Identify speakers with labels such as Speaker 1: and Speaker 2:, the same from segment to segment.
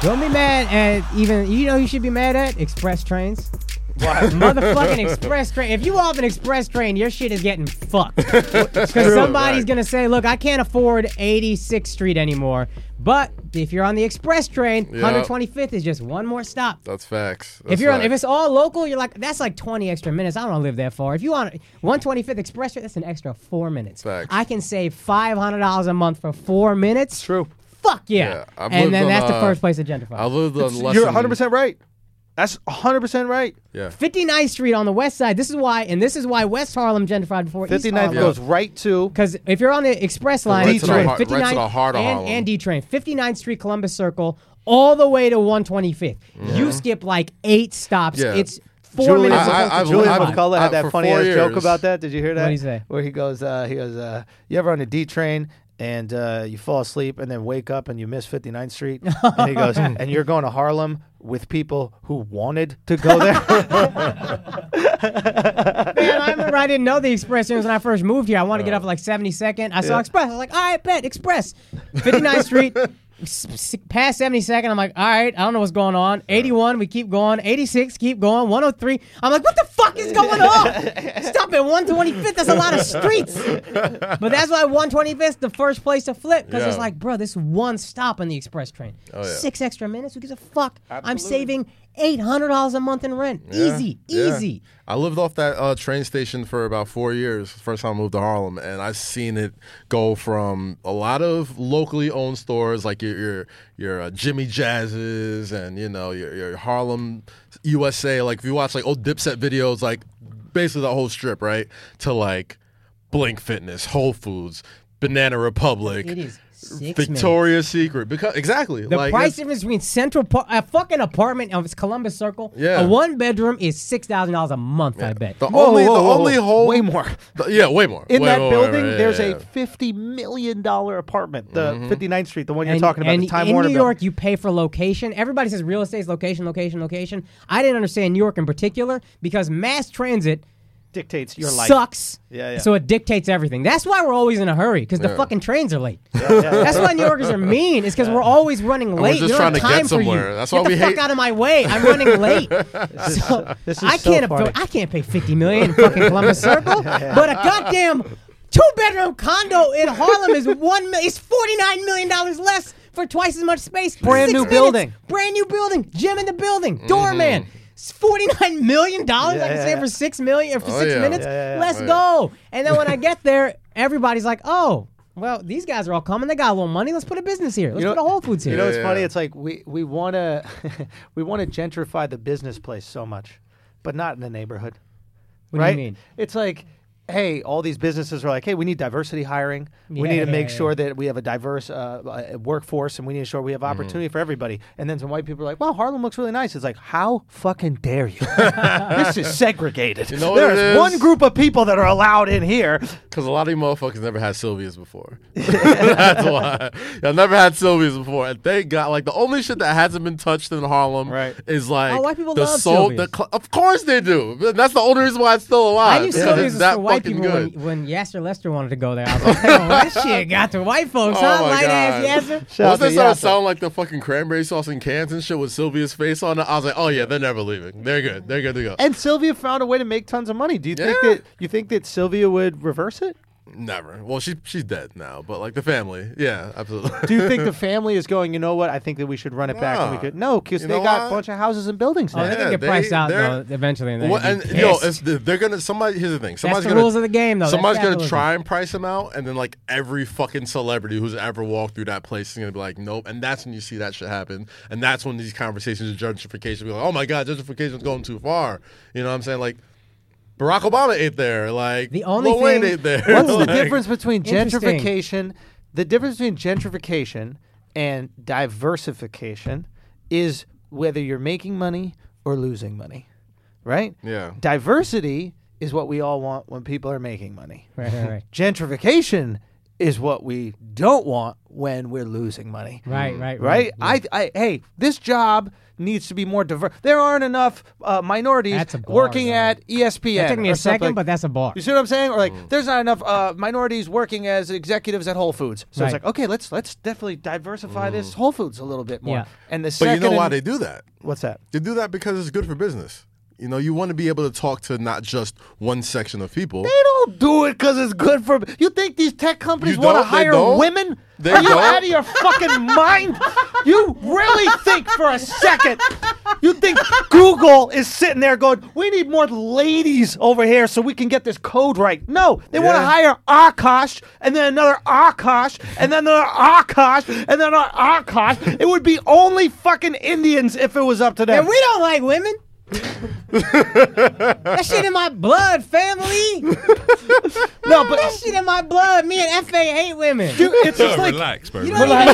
Speaker 1: Don't be mad at even you know who you should be mad at express trains. Motherfucking express train. If you off an express train, your shit is getting fucked. Because somebody's
Speaker 2: Right.
Speaker 1: gonna say, "Look, I can't afford 86th Street anymore." But if you're on the express train,
Speaker 2: Yeah.
Speaker 1: 125th is just one more stop.
Speaker 2: That's facts.
Speaker 1: If
Speaker 2: That's
Speaker 1: you're on,
Speaker 2: facts.
Speaker 1: if it's all local, you're like that's like 20 extra minutes. I don't wanna live that far. If you on 125th Express, that's an extra four minutes.
Speaker 2: Facts.
Speaker 1: I can save $500 a month for four minutes.
Speaker 3: True.
Speaker 1: Fuck yeah!
Speaker 2: Yeah, I've
Speaker 1: and
Speaker 2: lived
Speaker 1: then
Speaker 2: on,
Speaker 1: that's the
Speaker 2: uh,
Speaker 1: first place to gentrify.
Speaker 2: I lived on less.
Speaker 3: You're
Speaker 2: than-
Speaker 3: 100 percent right. That's 100 percent right.
Speaker 2: Yeah.
Speaker 1: 59th Street on the west side. This is why, and this is why West Harlem gentrified before 59th East
Speaker 3: 59th
Speaker 1: Harlem.
Speaker 3: goes right to.
Speaker 1: Because if you're on the express line,
Speaker 3: Right to the
Speaker 2: heart- right to the
Speaker 1: 59th
Speaker 2: heart of
Speaker 1: and,
Speaker 2: Harlem.
Speaker 1: and D train, 59th Street, Columbus Circle, all the way to 125th. You skip like eight stops.
Speaker 2: Yeah.
Speaker 1: It's four
Speaker 3: Julian,
Speaker 1: minutes.
Speaker 2: I-
Speaker 1: of
Speaker 2: I- I've-
Speaker 3: Julian
Speaker 2: I've-
Speaker 3: McCullough had
Speaker 2: I've-
Speaker 1: Uh,
Speaker 3: that
Speaker 2: for
Speaker 3: funny
Speaker 2: four
Speaker 3: ass joke
Speaker 2: years.
Speaker 3: about that. Did you hear that?
Speaker 1: What'd he say?
Speaker 3: Where he goes, uh, he goes, uh, you ever on a D train and uh, you fall asleep and then wake up and you miss 59th Street? and he goes, and you're going to Harlem with people who wanted to go there.
Speaker 1: Man, I remember I didn't know the express as soon as when I first moved here. I wanted to get off at like 72nd. I saw express. I was like, all right, bet express. 59th Street. s- s- Past 72nd, I'm like, all right, I don't know what's going on. 81, we keep going. 86, keep going. 103, I'm like, what the fuck is going on? Stop at 125th, that's a lot of streets. But that's why 125th, the first place to flip, because it's
Speaker 2: Yeah. Oh,
Speaker 1: like, bro, this one stop on the express train.
Speaker 2: yeah.
Speaker 1: Six extra minutes, who gives a fuck? I'm saving $800 a month in rent.
Speaker 2: Yeah,
Speaker 1: Easy,
Speaker 2: yeah.
Speaker 1: easy.
Speaker 2: I lived off that uh, train station for about four years. First time I moved to Harlem, and I've seen it go from a lot of locally owned stores like your your, your uh, Jimmy Jazz's and you know your, your Harlem USA. Like if you watch like old Dipset videos, like basically the whole strip, right? To like Blink Fitness, Whole Foods, Banana Republic.
Speaker 1: It is six minutes.
Speaker 2: Victoria's Secret, because exactly
Speaker 1: The
Speaker 2: like
Speaker 1: price
Speaker 2: it's-
Speaker 1: difference between Central Park, a fucking apartment of its Columbus Circle,
Speaker 2: Yeah.
Speaker 1: a one bedroom is six thousand dollars a month. I bet.
Speaker 2: the only the only whole
Speaker 3: way more.
Speaker 2: the- yeah way more
Speaker 3: In
Speaker 2: Way
Speaker 3: that
Speaker 2: more, way more,
Speaker 3: building,
Speaker 2: yeah,
Speaker 3: there's
Speaker 2: yeah, Mm-hmm.
Speaker 3: a
Speaker 2: yeah.
Speaker 3: fifty million dollar apartment, the 59th Street, the one you're
Speaker 1: And-
Speaker 3: talking about,
Speaker 1: and
Speaker 3: the Time
Speaker 1: in
Speaker 3: Warner.
Speaker 1: New
Speaker 3: building.
Speaker 1: York, you pay for location. Everybody says real estate is location, location, location. I didn't understand New York in particular because mass transit
Speaker 3: dictates your life.
Speaker 1: sucks.
Speaker 3: Yeah, yeah.
Speaker 1: So it dictates everything. That's why we're always in a hurry because the
Speaker 2: Yeah.
Speaker 1: fucking trains are late. That's why New Yorkers are mean. It's because we're always running late.
Speaker 2: just
Speaker 1: You don't
Speaker 2: trying
Speaker 1: have
Speaker 2: to get
Speaker 1: time for you.
Speaker 2: somewhere. That's
Speaker 1: get
Speaker 2: why
Speaker 1: the
Speaker 2: we
Speaker 1: fuck
Speaker 2: hate-
Speaker 1: out of my way. I'm running late. so
Speaker 3: this is
Speaker 1: I
Speaker 3: so
Speaker 1: can't
Speaker 3: funny.
Speaker 1: afford. I can't pay fifty million in fucking Columbus Circle, but a goddamn two bedroom condo in Harlem is one. mil- It's forty nine million dollars less for twice as much space.
Speaker 3: Brand
Speaker 1: Six
Speaker 3: new
Speaker 1: minutes.
Speaker 3: building. Mm-hmm.
Speaker 1: Brand new building. Gym in the building. Doorman. It's Forty nine million dollars I can
Speaker 3: Yeah,
Speaker 1: save
Speaker 3: yeah.
Speaker 1: for six million or for
Speaker 2: Oh,
Speaker 1: six
Speaker 2: yeah.
Speaker 1: minutes.
Speaker 2: Yeah,
Speaker 3: yeah, yeah.
Speaker 1: Let's go. And then when I get there, everybody's like, oh, well, these guys are all coming. They got a little money. Let's put a business here. Let's
Speaker 3: You know-
Speaker 1: put a Whole Foods here.
Speaker 3: You know, it's funny.
Speaker 2: Yeah.
Speaker 3: It's like we we want to we want to gentrify the business place so much, but not in the neighborhood.
Speaker 1: What do you
Speaker 3: right?
Speaker 1: mean?
Speaker 3: It's like, hey, all these businesses are like, hey, we need diversity hiring. we need to make
Speaker 1: Yeah.
Speaker 3: sure that we have a diverse uh, uh, workforce, and we need to sure we have opportunity for everybody. And then some white people are like, wow, Harlem looks really nice. It's like, how fucking dare you? this is segregated.
Speaker 2: You know what
Speaker 3: There's
Speaker 2: it is?
Speaker 3: one group of people that are allowed in here.
Speaker 2: Because a lot of you motherfuckers never had Sylvia's before. That's why. Y'all never had Sylvia's before. And thank God. Like, the only shit that hasn't been touched in Harlem
Speaker 3: Right.
Speaker 2: is like.
Speaker 1: Oh, white people
Speaker 2: the
Speaker 1: love
Speaker 2: The
Speaker 1: Sylvia's.
Speaker 2: cl- of course they do. But That's the only reason why it's still
Speaker 1: I
Speaker 2: alive.
Speaker 1: knew
Speaker 2: because
Speaker 1: Sylvia's was
Speaker 2: it's Uh, that
Speaker 1: for white
Speaker 2: fucking
Speaker 1: people when,
Speaker 2: good.
Speaker 1: when Yasser Lester wanted to go there. I was like, oh, that shit got to white folks,
Speaker 2: Oh
Speaker 1: huh?
Speaker 2: my
Speaker 1: Light
Speaker 2: God.
Speaker 1: ass Yasser.
Speaker 3: Shout
Speaker 2: Once
Speaker 3: out
Speaker 2: they
Speaker 3: to
Speaker 2: started
Speaker 3: Yasser.
Speaker 2: sounding like the fucking cranberry sauce in cans and shit with Sylvia's face on it, I was like, oh yeah, they're never leaving. They're good. They're good to go.
Speaker 3: And Sylvia found a way to make tons of money. Do you think
Speaker 2: Yeah.
Speaker 3: that you think that Sylvia would reverse it?
Speaker 2: never. Well, she, she's dead now, but like the family. Yeah, absolutely.
Speaker 3: Do you think the family is going? You know what? I think that we should run it back. And we
Speaker 2: Nah.
Speaker 3: could no, because
Speaker 2: You
Speaker 3: they
Speaker 2: know
Speaker 3: got
Speaker 2: what?
Speaker 3: a bunch of houses and buildings
Speaker 1: Oh,
Speaker 3: now.
Speaker 1: they're
Speaker 2: Yeah,
Speaker 1: gonna get
Speaker 2: they-
Speaker 1: priced out
Speaker 2: they're-
Speaker 1: though eventually. And they're
Speaker 2: Well,
Speaker 1: gonna
Speaker 2: and
Speaker 1: be
Speaker 2: yo,
Speaker 1: pissed.
Speaker 2: it's, they're gonna somebody. Here's the thing. Somebody's
Speaker 1: the
Speaker 2: gonna,
Speaker 1: rules of the game, though. That's
Speaker 2: Somebody's gonna
Speaker 1: capitalism.
Speaker 2: try and price them out, and then like every fucking celebrity who's ever walked through that place is gonna be like, nope. And that's when you see that shit happen, and that's when these conversations of gentrification be like, oh my god, gentrification's going too far. You know what I'm saying? Like Barack Obama ate there. Like
Speaker 1: The only
Speaker 2: Lil Wayne
Speaker 1: thing-
Speaker 2: ate there.
Speaker 3: What's the
Speaker 2: Like,
Speaker 3: difference between
Speaker 1: Interesting.
Speaker 3: gentrification? The difference between gentrification and diversification is whether you're making money or losing money, right?
Speaker 2: Yeah.
Speaker 3: Diversity is what we all want when people are making money.
Speaker 1: right, right, right.
Speaker 3: Gentrification is what we don't want when we're losing money.
Speaker 1: Right, right,
Speaker 3: Right? I, I, hey, this job needs to be more diverse. There aren't enough uh, minorities
Speaker 1: That's a bar,
Speaker 3: working
Speaker 1: though.
Speaker 3: at E ESPN.
Speaker 1: It took me a
Speaker 3: or something.
Speaker 1: second, but Mm. that's a bar.
Speaker 3: You see what I'm saying? Or like, there's not enough uh, minorities working as executives at Whole Foods. So
Speaker 1: Right. Mm.
Speaker 3: it's like, okay, let's let's definitely diversify this Whole Foods a little bit more.
Speaker 1: Yeah.
Speaker 3: And the
Speaker 2: But
Speaker 3: second,
Speaker 2: you know why
Speaker 3: and-
Speaker 2: they do that?
Speaker 3: what's that?
Speaker 2: They do that because it's good for business. You know, you want to be able to talk to not just one section of people.
Speaker 3: They don't do it because it's good for. You think these tech companies
Speaker 2: You
Speaker 3: want to
Speaker 2: don't? They
Speaker 3: hire
Speaker 2: don't?
Speaker 3: women?
Speaker 2: They
Speaker 3: Are you
Speaker 2: don't?
Speaker 3: out of your fucking mind? You really think for a second? You think Google is sitting there going, "We need more ladies over here so we can get this code right"? No, they want to
Speaker 2: Yeah.
Speaker 3: hire Akash and then another Akash and then another Akash and then another Akash. It would be only fucking Indians if it was up to them.
Speaker 1: And we don't like women. that shit in my blood, family.
Speaker 3: no, but.
Speaker 1: that shit in my blood. Me and FA hate women.
Speaker 3: Dude, it's just like
Speaker 4: relax, baby.
Speaker 1: you don't even,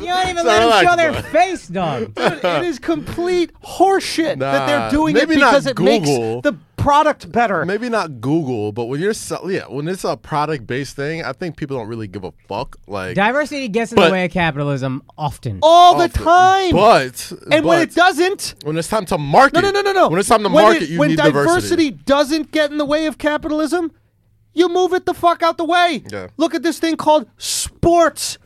Speaker 1: you don't even let them
Speaker 2: relax,
Speaker 1: show their
Speaker 2: bud.
Speaker 1: face, dog.
Speaker 3: Dude, it is complete horseshit that they're
Speaker 2: Nah,
Speaker 3: doing it
Speaker 2: maybe not
Speaker 3: because it makes
Speaker 2: Google.
Speaker 3: the product better.
Speaker 2: Maybe not Google, but when you're sell- yeah, when it's a product based thing, I think people don't really give a fuck. Like
Speaker 1: Diversity gets in the
Speaker 2: But-
Speaker 1: way of capitalism often.
Speaker 3: all the
Speaker 2: often.
Speaker 3: time.
Speaker 2: But
Speaker 3: and when
Speaker 2: but
Speaker 3: it doesn't,
Speaker 2: when it's time to market,
Speaker 3: no, no, no, no, no.
Speaker 2: When it's time to
Speaker 3: When
Speaker 2: market,
Speaker 3: it-
Speaker 2: you
Speaker 3: when
Speaker 2: need
Speaker 3: diversity doesn't get in the way of capitalism, you move it the fuck out the way.
Speaker 2: Yeah.
Speaker 3: Look at this thing called sports.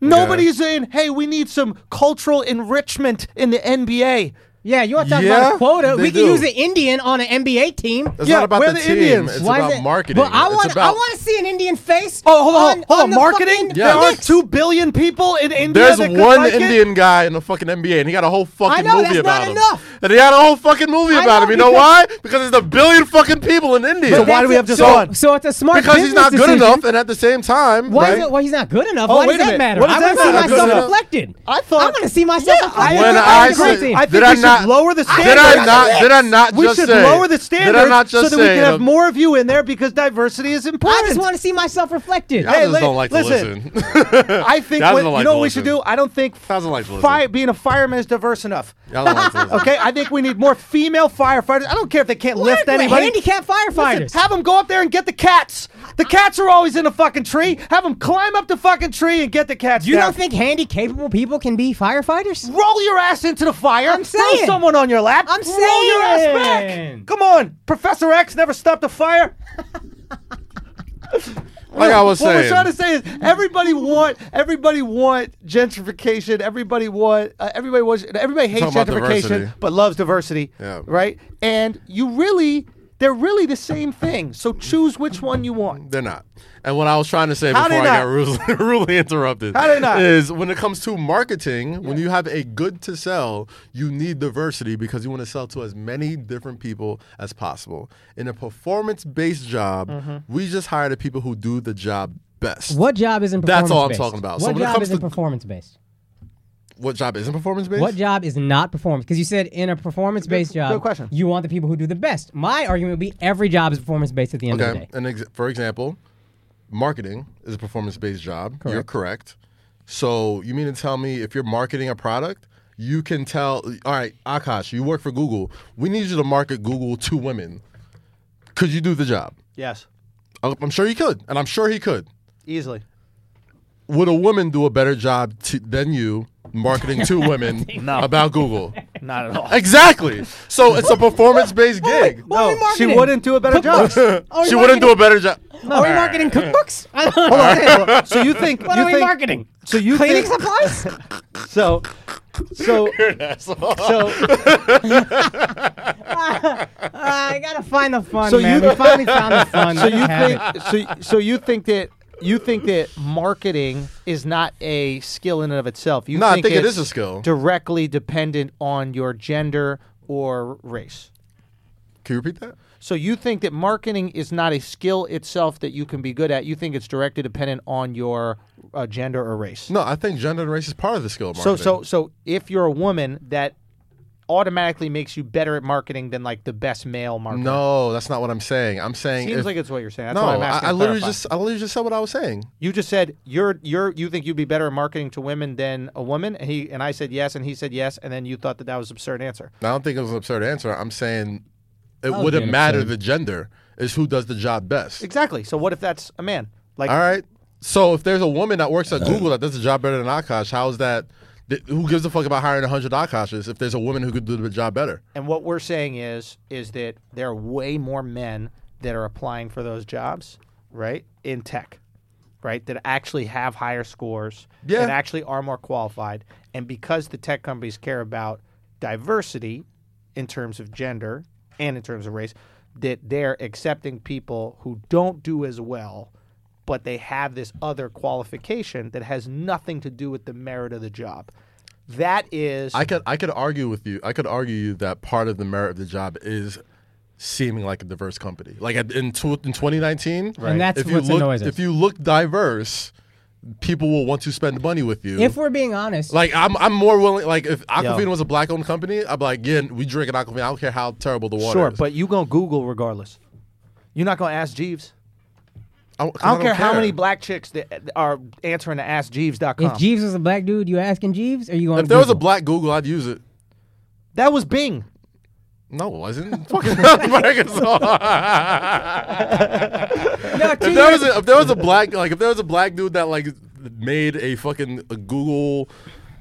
Speaker 3: Nobody's saying, hey, we need some cultural enrichment in the NBA.
Speaker 1: Yeah, you want to talk
Speaker 2: Yeah,
Speaker 1: about a quota?
Speaker 2: they
Speaker 1: We can
Speaker 2: do.
Speaker 1: use an Indian on an NBA team.
Speaker 2: It's
Speaker 3: Yeah,
Speaker 2: not about
Speaker 3: we're
Speaker 2: the,
Speaker 3: the
Speaker 2: team.
Speaker 3: Indians.
Speaker 2: It's
Speaker 1: Why is
Speaker 2: about
Speaker 1: it-
Speaker 2: marketing.
Speaker 1: But I
Speaker 2: It's
Speaker 1: want I
Speaker 2: about-
Speaker 1: want to see an Indian face.
Speaker 3: Oh, hold on,
Speaker 1: on,
Speaker 3: hold on.
Speaker 1: the
Speaker 3: Marketing?
Speaker 1: fucking
Speaker 2: Yeah.
Speaker 3: There aren't
Speaker 1: Knicks.
Speaker 3: two billion people in India.
Speaker 2: There's
Speaker 3: that could
Speaker 2: one
Speaker 3: like it?
Speaker 2: Indian guy in the fucking NBA, and he got a whole fucking
Speaker 1: know,
Speaker 2: movie
Speaker 1: that's
Speaker 2: about
Speaker 1: not
Speaker 2: him.
Speaker 1: enough.
Speaker 2: And he had a whole fucking movie
Speaker 1: I
Speaker 2: about
Speaker 1: know,
Speaker 2: him. You know why?
Speaker 1: because-
Speaker 2: Because there's a billion fucking people in India.
Speaker 1: But
Speaker 3: why
Speaker 1: that's
Speaker 3: do we
Speaker 1: it.
Speaker 3: have just
Speaker 1: so,
Speaker 3: one?
Speaker 1: So it's a smart
Speaker 2: Because he's
Speaker 1: business
Speaker 2: not good
Speaker 1: decision.
Speaker 2: enough, and at the same time,
Speaker 1: Why
Speaker 2: right?
Speaker 1: is it? Well, he's not good enough.
Speaker 3: Oh,
Speaker 1: why
Speaker 3: wait
Speaker 1: does
Speaker 3: a
Speaker 1: that
Speaker 3: minute.
Speaker 1: matter?
Speaker 3: What does
Speaker 1: I
Speaker 3: that
Speaker 1: want to see
Speaker 3: matter?
Speaker 1: myself
Speaker 2: Because-
Speaker 1: reflected.
Speaker 3: I thought-
Speaker 1: I want to see myself.
Speaker 3: Yeah, I-
Speaker 1: reflected on
Speaker 2: when I
Speaker 1: the
Speaker 2: said,
Speaker 1: great team.
Speaker 3: I think
Speaker 2: did
Speaker 3: we
Speaker 2: I
Speaker 3: should
Speaker 2: not
Speaker 3: lower the
Speaker 2: Did
Speaker 3: standards.
Speaker 2: I not? Did I not
Speaker 3: We
Speaker 2: just
Speaker 3: should
Speaker 2: say?
Speaker 3: lower the standard
Speaker 2: Did I not just
Speaker 3: so that
Speaker 2: say?
Speaker 3: we can have
Speaker 2: um,
Speaker 3: more of you in there because diversity is important.
Speaker 1: I just want to see myself reflected.
Speaker 2: I
Speaker 3: Hey,
Speaker 2: just
Speaker 3: li-
Speaker 2: don't like
Speaker 3: listen.
Speaker 2: to listen.
Speaker 3: I think
Speaker 2: Y'all
Speaker 3: what,
Speaker 2: don't like
Speaker 3: you know
Speaker 2: to
Speaker 3: what we should
Speaker 2: listen.
Speaker 3: do. I don't think
Speaker 2: Y'all don't like to
Speaker 3: fire,
Speaker 2: listen.
Speaker 3: being a fireman is diverse enough.
Speaker 2: Y'all don't like to listen.
Speaker 3: Okay, I think we need more female firefighters. I don't care if they can't lift
Speaker 1: We're
Speaker 3: anybody.
Speaker 1: handicapped
Speaker 3: Listen,
Speaker 1: firefighters.
Speaker 3: have them go up there and get the cats. The cats are always in the fucking tree. Have them climb up the fucking tree and get the cats.
Speaker 1: you
Speaker 3: down.
Speaker 1: don't think handy capable people can be firefighters?
Speaker 3: roll your ass into the fire.
Speaker 1: I'm
Speaker 3: Throw
Speaker 1: saying.
Speaker 3: someone on your lap.
Speaker 1: I'm
Speaker 3: roll your ass
Speaker 1: saying.
Speaker 3: back. Come on, Professor X never stopped a fire.
Speaker 2: Like I was
Speaker 3: what
Speaker 2: saying.
Speaker 3: we're trying to say is everybody want everybody want gentrification. Everybody want uh, everybody wants everybody hates
Speaker 2: Talking about
Speaker 3: gentrification,
Speaker 2: diversity.
Speaker 3: but loves diversity.
Speaker 2: Yeah.
Speaker 3: Right, and you really. They're really the same thing, so choose which one you want.
Speaker 2: They're not. And what I was trying to say
Speaker 3: How
Speaker 2: before I
Speaker 3: they
Speaker 2: got
Speaker 3: not?
Speaker 2: rudely, rudely interrupted
Speaker 3: How they not?
Speaker 2: is when it comes to marketing, when you have a good to sell, you need diversity because you want to sell to as many different people as possible. In a performance based job,
Speaker 3: Mm-hmm.
Speaker 2: we just hire the people who do the job best.
Speaker 1: What job isn't performance
Speaker 2: That's all I'm
Speaker 1: based?
Speaker 2: talking about. So
Speaker 1: What
Speaker 2: when it
Speaker 1: job
Speaker 2: comes
Speaker 1: isn't
Speaker 2: to-
Speaker 1: performance based?
Speaker 2: What job isn't performance based?
Speaker 1: What job is not performance? Because you said in a performance based job,
Speaker 3: good question.
Speaker 1: you want the people who do the best. My argument would be every job is performance based at the end of the
Speaker 2: Okay.
Speaker 1: day.
Speaker 2: And ex- for example, marketing is a performance based job. You're correct. So you mean to tell me if you're marketing a product, you can tell, all right, Akash, you work for Google. We need you to market Google to women. Could you do the job?
Speaker 3: Yes,
Speaker 2: I- I'm sure you could. And I'm sure he could.
Speaker 3: easily.
Speaker 2: Would a woman do a better job to, than you marketing to women
Speaker 3: No.
Speaker 2: about Google?
Speaker 3: Not at all.
Speaker 2: Exactly. So it's a performance based gig.
Speaker 1: What are we
Speaker 3: No, she
Speaker 1: marketing?
Speaker 3: wouldn't do a better job.
Speaker 1: Are we
Speaker 2: She wouldn't do a better job.
Speaker 1: Are we marketing cookbooks?
Speaker 3: so you think
Speaker 1: what
Speaker 3: you
Speaker 1: are we
Speaker 3: think,
Speaker 1: marketing?
Speaker 3: So you
Speaker 1: Cleaning
Speaker 3: think,
Speaker 1: supplies?
Speaker 3: so so so
Speaker 1: I gotta find the fun,
Speaker 3: So
Speaker 1: man.
Speaker 3: you-
Speaker 1: we finally found the fun.
Speaker 3: so
Speaker 1: Let
Speaker 3: you
Speaker 1: us have
Speaker 3: think
Speaker 1: it.
Speaker 3: so so you think that you think that marketing is not a skill in and of itself. You
Speaker 2: No, I
Speaker 3: think,
Speaker 2: think it
Speaker 3: it's
Speaker 2: is a skill.
Speaker 3: directly dependent on your gender or race.
Speaker 2: Can you repeat that?
Speaker 3: So you think that marketing is not a skill itself that you can be good at. You think it's directly dependent on your uh, gender or race.
Speaker 2: No, I think gender and race is part of the skill of
Speaker 3: So
Speaker 2: marketing.
Speaker 3: so so if you're a woman that automatically makes you better at marketing than like the best male marketer.
Speaker 2: No, that's not what I'm saying. I'm saying
Speaker 3: Seems
Speaker 2: if-
Speaker 3: like it's what you're saying. That's
Speaker 2: no.
Speaker 3: what I'm
Speaker 2: I,
Speaker 3: asking
Speaker 2: I
Speaker 3: to
Speaker 2: literally
Speaker 3: clarify.
Speaker 2: just I literally just said what I was saying.
Speaker 3: You just said you're you're you think you'd be better at marketing to women than a woman, and he and I said yes, and he said yes, and then you thought that that was an absurd answer.
Speaker 2: I don't think it was an absurd answer. I'm saying it
Speaker 1: was
Speaker 3: Oh.
Speaker 2: wouldn't
Speaker 1: being
Speaker 2: matter
Speaker 1: absurd.
Speaker 2: the gender. It's who does the job best.
Speaker 3: Exactly. So what if that's a man? Like
Speaker 2: All right. So if there's a woman that works at Google that does a job better than Akash, how is that? th- Who gives a fuck about hiring 100 Akashes if there's a woman who could do the job better?
Speaker 3: And what we're saying is is that there are way more men that are applying for those jobs, right? In tech, right? That actually have higher scores,
Speaker 2: Yeah.
Speaker 3: that actually are more qualified, and because the tech companies care about diversity in terms of gender and in terms of race, that they're accepting people who don't do as well, but they have this other qualification that has nothing to do with the merit of the job. That is
Speaker 2: I could I could argue with you. I could argue you that part of the merit of the job is seeming like a diverse company. Like at- in tw- in 2019,
Speaker 1: And that's
Speaker 2: if you
Speaker 1: what's
Speaker 2: look
Speaker 1: annoys us.
Speaker 2: if you look diverse, people will want to spend money with you.
Speaker 1: If we're being honest,
Speaker 2: like I'm, I'm more willing. Like if Aquafina
Speaker 3: Yo.
Speaker 2: was a black-owned company, I'd be like, yeah, we drink at Aquafina. I don't care how terrible the water
Speaker 3: Sure,
Speaker 2: is.
Speaker 3: but you gonna Google regardless. You're not gonna ask Jeeves.
Speaker 2: I, 'cause
Speaker 3: I don't, care, how many black chicks that are answering to AskJeeves.com.
Speaker 1: if Jeeves was a black dude, you asking Jeeves? Or you going?
Speaker 2: oh. If
Speaker 1: to
Speaker 2: there was a
Speaker 1: Google?
Speaker 2: black Google, I'd use it.
Speaker 3: that was Bing.
Speaker 2: No, it wasn't. Fucking Arkansas.
Speaker 1: no, two
Speaker 2: if there
Speaker 1: years-
Speaker 2: was a, if there was a black like if there was a black dude that like made a fucking a Google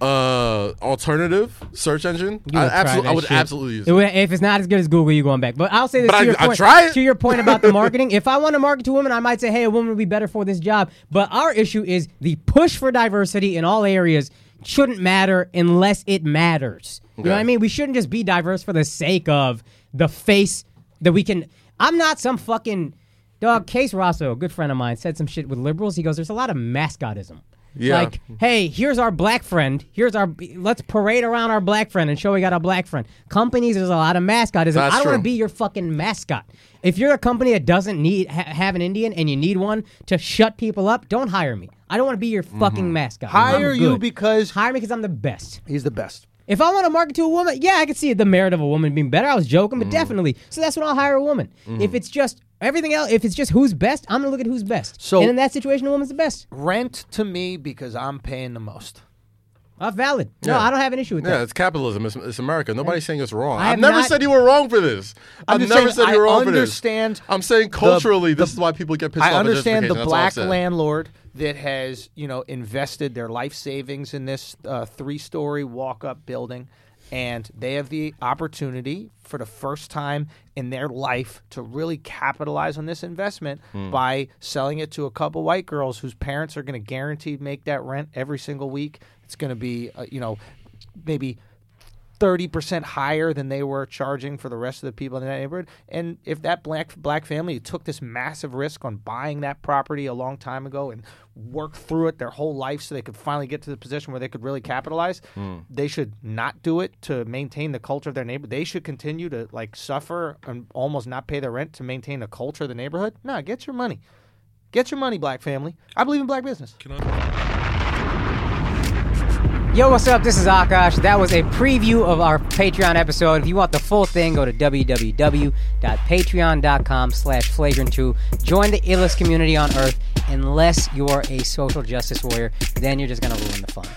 Speaker 2: uh alternative search engine,
Speaker 1: You
Speaker 2: I
Speaker 1: would try
Speaker 2: absolutely I
Speaker 1: that
Speaker 2: would
Speaker 1: shit.
Speaker 2: absolutely use
Speaker 1: It
Speaker 2: it.
Speaker 1: would- if it's not as good as Google, you're going back. But I'll say this
Speaker 2: But
Speaker 1: to
Speaker 2: I-
Speaker 1: your
Speaker 2: I
Speaker 1: point.
Speaker 2: try it.
Speaker 1: To your point about the marketing, if I want to market to women, I might say, "Hey, a woman would be better for this job." But our issue is the push for diversity in all areas shouldn't matter unless it matters. You know what I
Speaker 2: Okay.
Speaker 1: mean? We shouldn't just be diverse for the sake of the face that we can. I'm not some fucking dog. Case Rosso, a good friend of mine, said some shit with liberals. He goes, "There's a lot of mascotism."
Speaker 2: Yeah.
Speaker 1: Like, hey, here's our black friend. Here's our let's parade around our black friend and show we got a black friend. Companies, there's a lot of mascotism.
Speaker 2: That's
Speaker 1: I don't want to
Speaker 2: true.
Speaker 1: be your fucking mascot. If you're a company that doesn't need ha- have an Indian and you need one to shut people up, don't hire me. I don't want to be your fucking mascot.
Speaker 3: Mm-hmm. Hire
Speaker 1: I'm
Speaker 3: you
Speaker 1: good.
Speaker 3: because-
Speaker 1: hire me because I'm the best.
Speaker 3: He's the best.
Speaker 1: If I want to market to a woman, yeah, I can see the merit of a woman being better. I was joking,
Speaker 3: Mm.
Speaker 1: but definitely. So that's when I'll hire a woman. If it's just everything else, if it's just who's best, I'm gonna look at who's best.
Speaker 3: So-
Speaker 1: and in that situation, a woman's the best.
Speaker 3: Rent to me because I'm paying the most.
Speaker 1: Uh, valid. No,
Speaker 2: Yeah.
Speaker 1: I don't have an issue with that.
Speaker 2: Yeah, it's capitalism. It's, it's America. Nobody's saying it's wrong.
Speaker 1: I
Speaker 2: I've
Speaker 1: am
Speaker 2: never
Speaker 1: not-
Speaker 2: said you were wrong for this.
Speaker 3: I'm
Speaker 2: I've
Speaker 3: just
Speaker 2: never
Speaker 3: saying
Speaker 2: said you were
Speaker 3: I
Speaker 2: wrong
Speaker 3: understand
Speaker 2: for this. I'm saying culturally, this is why people get pissed
Speaker 3: I
Speaker 2: off. at
Speaker 3: understand the
Speaker 2: gentrification. That's all I'm
Speaker 3: black
Speaker 2: saying.
Speaker 3: landlord that has, you know, invested their life savings in this uh, three-story walk-up building, and they have the opportunity for the first time in their life to really capitalize on this investment
Speaker 2: Hmm.
Speaker 3: by selling it to a couple white girls whose parents are going to guaranteed make that rent every single week. It's going to be, uh, you know, maybe thirty percent higher than they were charging for the rest of the people in that neighborhood. And if that black black family took this massive risk on buying that property a long time ago and worked through it their whole life so they could finally get to the position where they could really capitalize, they should not do it to maintain the culture of their neighborhood. They should continue to like suffer and almost not pay their rent to maintain the culture of the neighborhood. No, get your money. Get your money, black family. I believe in black business.
Speaker 1: Yo, what's up? This is Akash. That was a preview of our Patreon episode. If you want the full thing, go to www.patreon.com slash flagrant2. Join the illest community on earth. Unless you're a social justice warrior, then you're just going to ruin the fun.